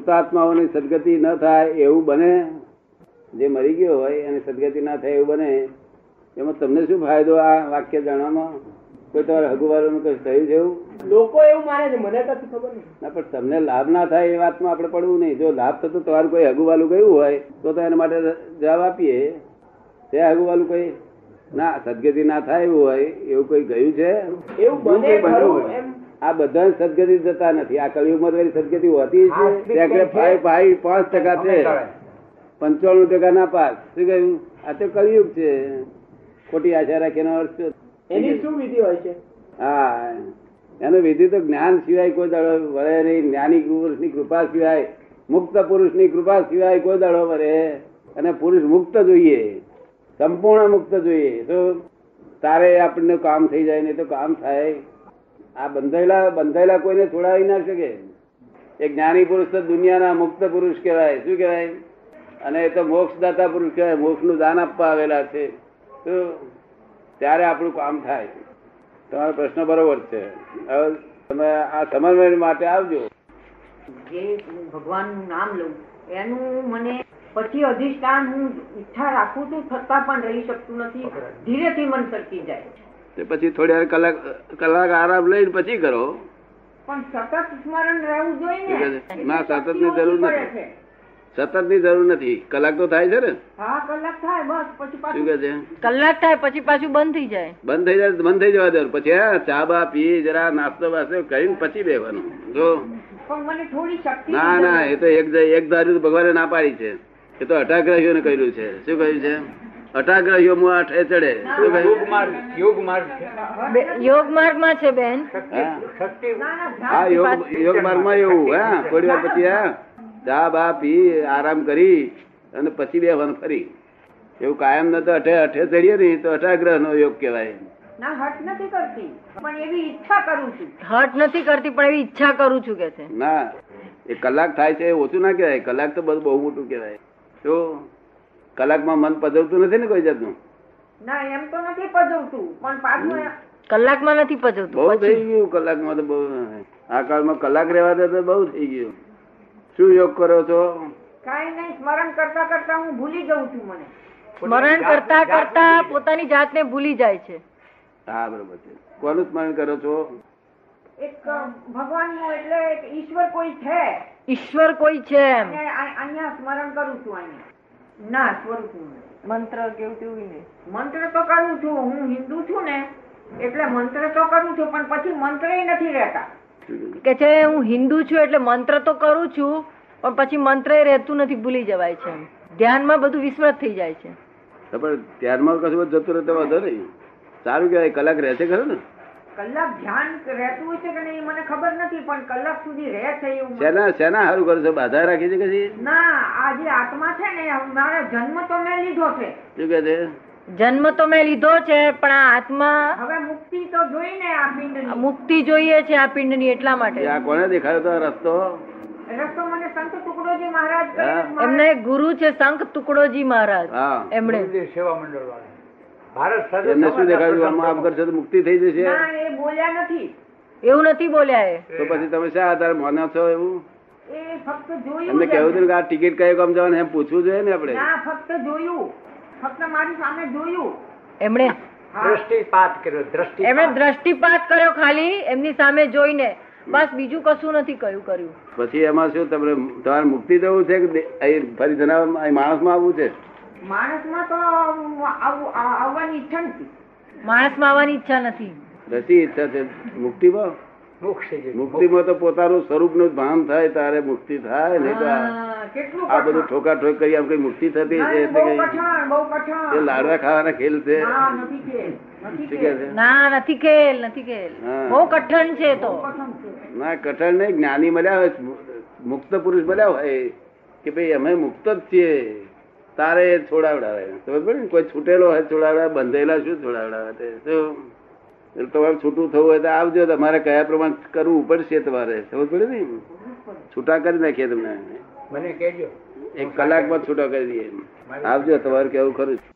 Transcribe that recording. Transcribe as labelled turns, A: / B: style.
A: મૃતાત્માઓની સદગતિ ન થાય એવું બને જે મરી ગયો હોય અને સદગતિ ના થાય એવું બને એમાં તમને શું ફાયદો આ વાક્ય જાણવામાં કોઈ તમારે હગુવારોનું કશું થયું છે એવું
B: લોકો એવું માને છે મને કશું ખબર નહીં
A: ના પણ તમને લાભ ના થાય એ વાતમાં આપણે પડવું નહીં જો લાભ થતો તમારું કોઈ હગુવાલું ગયું હોય તો તો એના માટે જવાબ આપીએ તે હગુવાલું કોઈ ના સદગતિ ના થાય એવું હોય એવું કોઈ ગયું છે
B: એવું બને
A: એવું કોઈ બન્યું
B: ખરું
A: હોય?
B: એમ?
A: આ બધા સદગતિ જતા નથી આ કલયુગમાં તો એની સદગતિ હોતી જ
B: હા,
A: છે ત્યાં આગળ ફાઈ- ફાઈ પાંચ ટકા છે પંચાણું ટકા ના પાસ શું કહ્યું આ તો કલયુગ છે ખોટી આશા રાખીને અર્થ શું?
B: એની શું વિધિ હોય છે
A: હા એનું વિધિ તો જ્ઞાન સિવાય કોઈ દાડો વળે નહીં જ્ઞાની પુરુષની કૃપા સિવાય મુક્ત પુરુષની કૃપા સિવાય કોઈ દાડો વળે અને પુરુષ મુક્ત જોઈએ સંપૂર્ણ મુક્ત જોઈએ તો તારે આપણને કામ થઈ જાય નહીં તો કામ થાય આ બંધાયેલા બંધાયેલા કોઈને છોડાવી ના શકે એ જ્ઞાની પુરુષ તો દુનિયાના મુક્ત પુરુષ કહેવાય શું કહેવાય અને એ તો મોક્ષદાતા પુરુષ કહેવાય મોક્ષનું દાન આપવા આવેલા છે તો ત્યારે આપણું કામ થાય તમારો પ્રશ્ન બરોબર છે હવે તમે આ સમન્વય માટે આવજો
C: જે હું ભગવાનનું નામ લઉં એનું મને પછી અધિષ્ઠાન હું ઈચ્છા રાખું છું છતાં પણ રહી શકતું નથી ધીરેથી મન સરકી જાય
A: તે પછી થોડી વાર કલાક કલાક આરામ લઈને પછી કરો
C: પણ સતત સ્મરણ રહેવું જોઈએ
A: એટલે
C: ને
A: ના,
C: એટલે
A: સતતની જરૂર
C: શક્તિ ઓછી પડે
A: નથી.
C: છે.
A: સતત ની જરૂર નથી કલાક તો થાય છે ને
C: હા કલાક થાય બસ પછી
A: શું
C: પાછું
A: કે છે
D: કલાક થાય પછી પાછું બંધ થઈ જાય
A: બંધ થઈ જાય તો બંધ થઈ જવા દેવાનું પછી હા ચા બા પી જરા નાસ્તો બાસ્તો કરીને પછી બેવાનું જો
C: પણ મને થોડી શક્તિ
A: ના ના એ તો એક એક ધાર્યું તો ભગવાને ના પાડી છે એ તો અટાગ્રહીઓને કહ્યું છે શું કહ્યું છે અટાગ્રહીઓ માં અઠે ચડે શું કહ્યું
D: બે- યોગ માર્ગમાં છે બેન
A: હા
C: ના ના ધ્યાન
A: હા યોગ યોગ માર્ગમાં એવું હા થોડી વાર પછી હા ચા બા પી આરામ કરી અને પછી બેહવાનું ફરી એવું કાયમ ન તો અઠે અઠે ચડીએ ને તો અઠાગ્રહ નો યોગ કહેવાય
C: ના હટ નથી કરતી પણ એવી ઈચ્છા કરું છું
D: હટ નથી કરતી પણ એવી ઈચ્છા કરું છું કે છે
A: ના એ કલાક થાય છે એ ઓછું ના કહેવાય કલાક તો બધું બહુ મોટું કહેવાય તો કલાકમાં મન પધરતું નથી ને કોઈ જાતનું
C: ના એમ તો નથી પજવતું પણ પાછું એ-
D: કલાકમાં નથી પજવતું
A: બહુ
D: પછી
A: થઈ ગયું કલાકમાં તો બહુ આ કાળમાં કલાક રહેવા દે તો બહુ થઈ ગયું શું યોગ કરો છો
C: કાંઈ નહીં સ્મરણ કરતા કરતા હું ભૂલી જઉં છું મને
D: સ્મરણ કરતા કરતા પોતાની જાતને ભૂલી જાય છે
A: હા બરોબર છે કોનું સ્મરણ કરો છો
C: એક ભગવાન નું એટલે એક ઈશ્વર કોઈ છે
D: ઈશ્વર કોઈ છે એમ
C: અને આ- અહીંયા સ્મરણ કરું છું અહીંયા ના સ્વરૂપનું
D: મંત્ર કેવું તેવું નહીં
C: મંત્ર તો કરું છું હું હિન્દુ છું ને એટલે મંત્ર તો કરું છું પણ પછી મંત્ર નથી રહેતા
D: કે છે હું હિન્દુ છું એટલે મંત્ર તો કરું છું પણ પછી મંત્ર એ રહેતું નથી ભૂલી જવાય છે એમ. ધ્યાનમાં બધું વિસ્મૃત થઈ જાય છે
A: તો પણ ત્યારમાં કશું બધું જતું રહેતો વાંધો નહીં સારું કહેવાય કલાક રહેશે ખરું ને
C: કલાક ધ્યાન રહેતું હોય છે કે નહીં એ મને ખબર નથી પણ કલાક સુધી રહે છે એવું મને-
A: શેના શેના સારું કરો છો બાધા રાખી છે કશી
C: ના આ જે આત્મા છે ને મારો જન્મ તો મેં લીધો છે
A: શું કહે છે
D: જન્મ તો મેં લીધો છે પણ આ આત્મા
C: હવે મુક્તિ તો જોઈ ને આ
D: આ
C: પિંડની
D: મુક્તિ જોઈએ છે આ પિંડની એટલા
A: એ
D: માટે
A: આ કોને દેખાડ્યો હતો આ રસ્તો
C: રસ્તો મને સંત ટુકડોજી મહારાજ કહે,
A: હા.
C: મહારાજ-
D: એમને ગુરુ છે શંખ ટુકડોજી મહારાજ
A: હા
D: એમણે
B: સેવા મંડળ ભારત
A: એમને શું દેખાડ્યું આમાં આમ કરશો તો મુક્તિ થઈ જશે
C: ના એ બોલ્યા નથી
D: એવું નથી બોલ્યા એ
A: તો પછી તમે શા આધારે માનો છો એવું
C: એ ફક્ત જોયું
A: એમને
C: જ
A: કહેવું
C: એમને.
A: હતું કે આ ટિકિટ કયો કામ જવાનું એમ પૂછવું જોઈએ ને આપણે
C: ના ફક્ત જોયું ફક્ત મારી સામે જોયું
D: એમણે
C: હા.
B: દ્રષ્ટિપાત કર્યો દ્રષ્ટિ
D: એમણે દ્રષ્ટિપાત કર્યો ખાલી એમની સામે જોઈને બસ બીજું કશું નથી કયું કર્યું
A: પછી એમાં શું તમને તમારે મુક્તિ જવું છે કે દે- અહીં ફરી જનાર અહીં માણસમાં આવવું છે
C: માણસમાં તો આવું- આ- આવવાની ઈચ્છા નથી
D: માણસમાં આવવાની ઈચ્છા નથી
A: રસી ઈચ્છા છે મુક્તિમાં
B: મોક્ષ છે
A: મુક્તિમાં તો પોતાનું સ્વરૂપનું ભાન થાય તારે મુક્તિ થાય નહીં તો આ-
C: હા, કેટલું
A: આ બધું
C: કઠણ.
A: ઠોકા ઠોક કરી આમ કઈ મુક્તિ થતી છે
C: નહીં,
A: એટલે
C: બહુ
A: કઈ
C: કઠણ બહુ
A: એ
C: કઠણ
A: લાડવા ખાવાના ખેલ છે
C: ના, નથી કે નથી
A: શું
C: કે
A: કહે છે?
D: ના નથી ખેલ નથી ખેલ
A: હા.
D: બહુ કઠણ છે તો
C: કઠણ છે.
A: ના કઠણ નહીં જ્ઞાની મળ્યા હોય મુક્ત પુરુષ મળ્યા હોય કે ભાઈ અમે મુક્ત જ છીએ તારે એ છોડાવડાવે સમજ પડી ને કોઈ છૂટેલો હોય છોડાવડાવે બંધેલા શું છોડાવડાવે તે શું? એટલે તમારે છૂટું થવું હોય તો આવજો તમારે કયા પ્રમાણે કરવું પડશે તમારે સમજ પડી ને છૂટા કરી નાખીએ તમને
B: મને કહેજો
A: એક કલાકમાં છૂટા કરી દઈએ આવજો તમારું કેવું ખરું છે.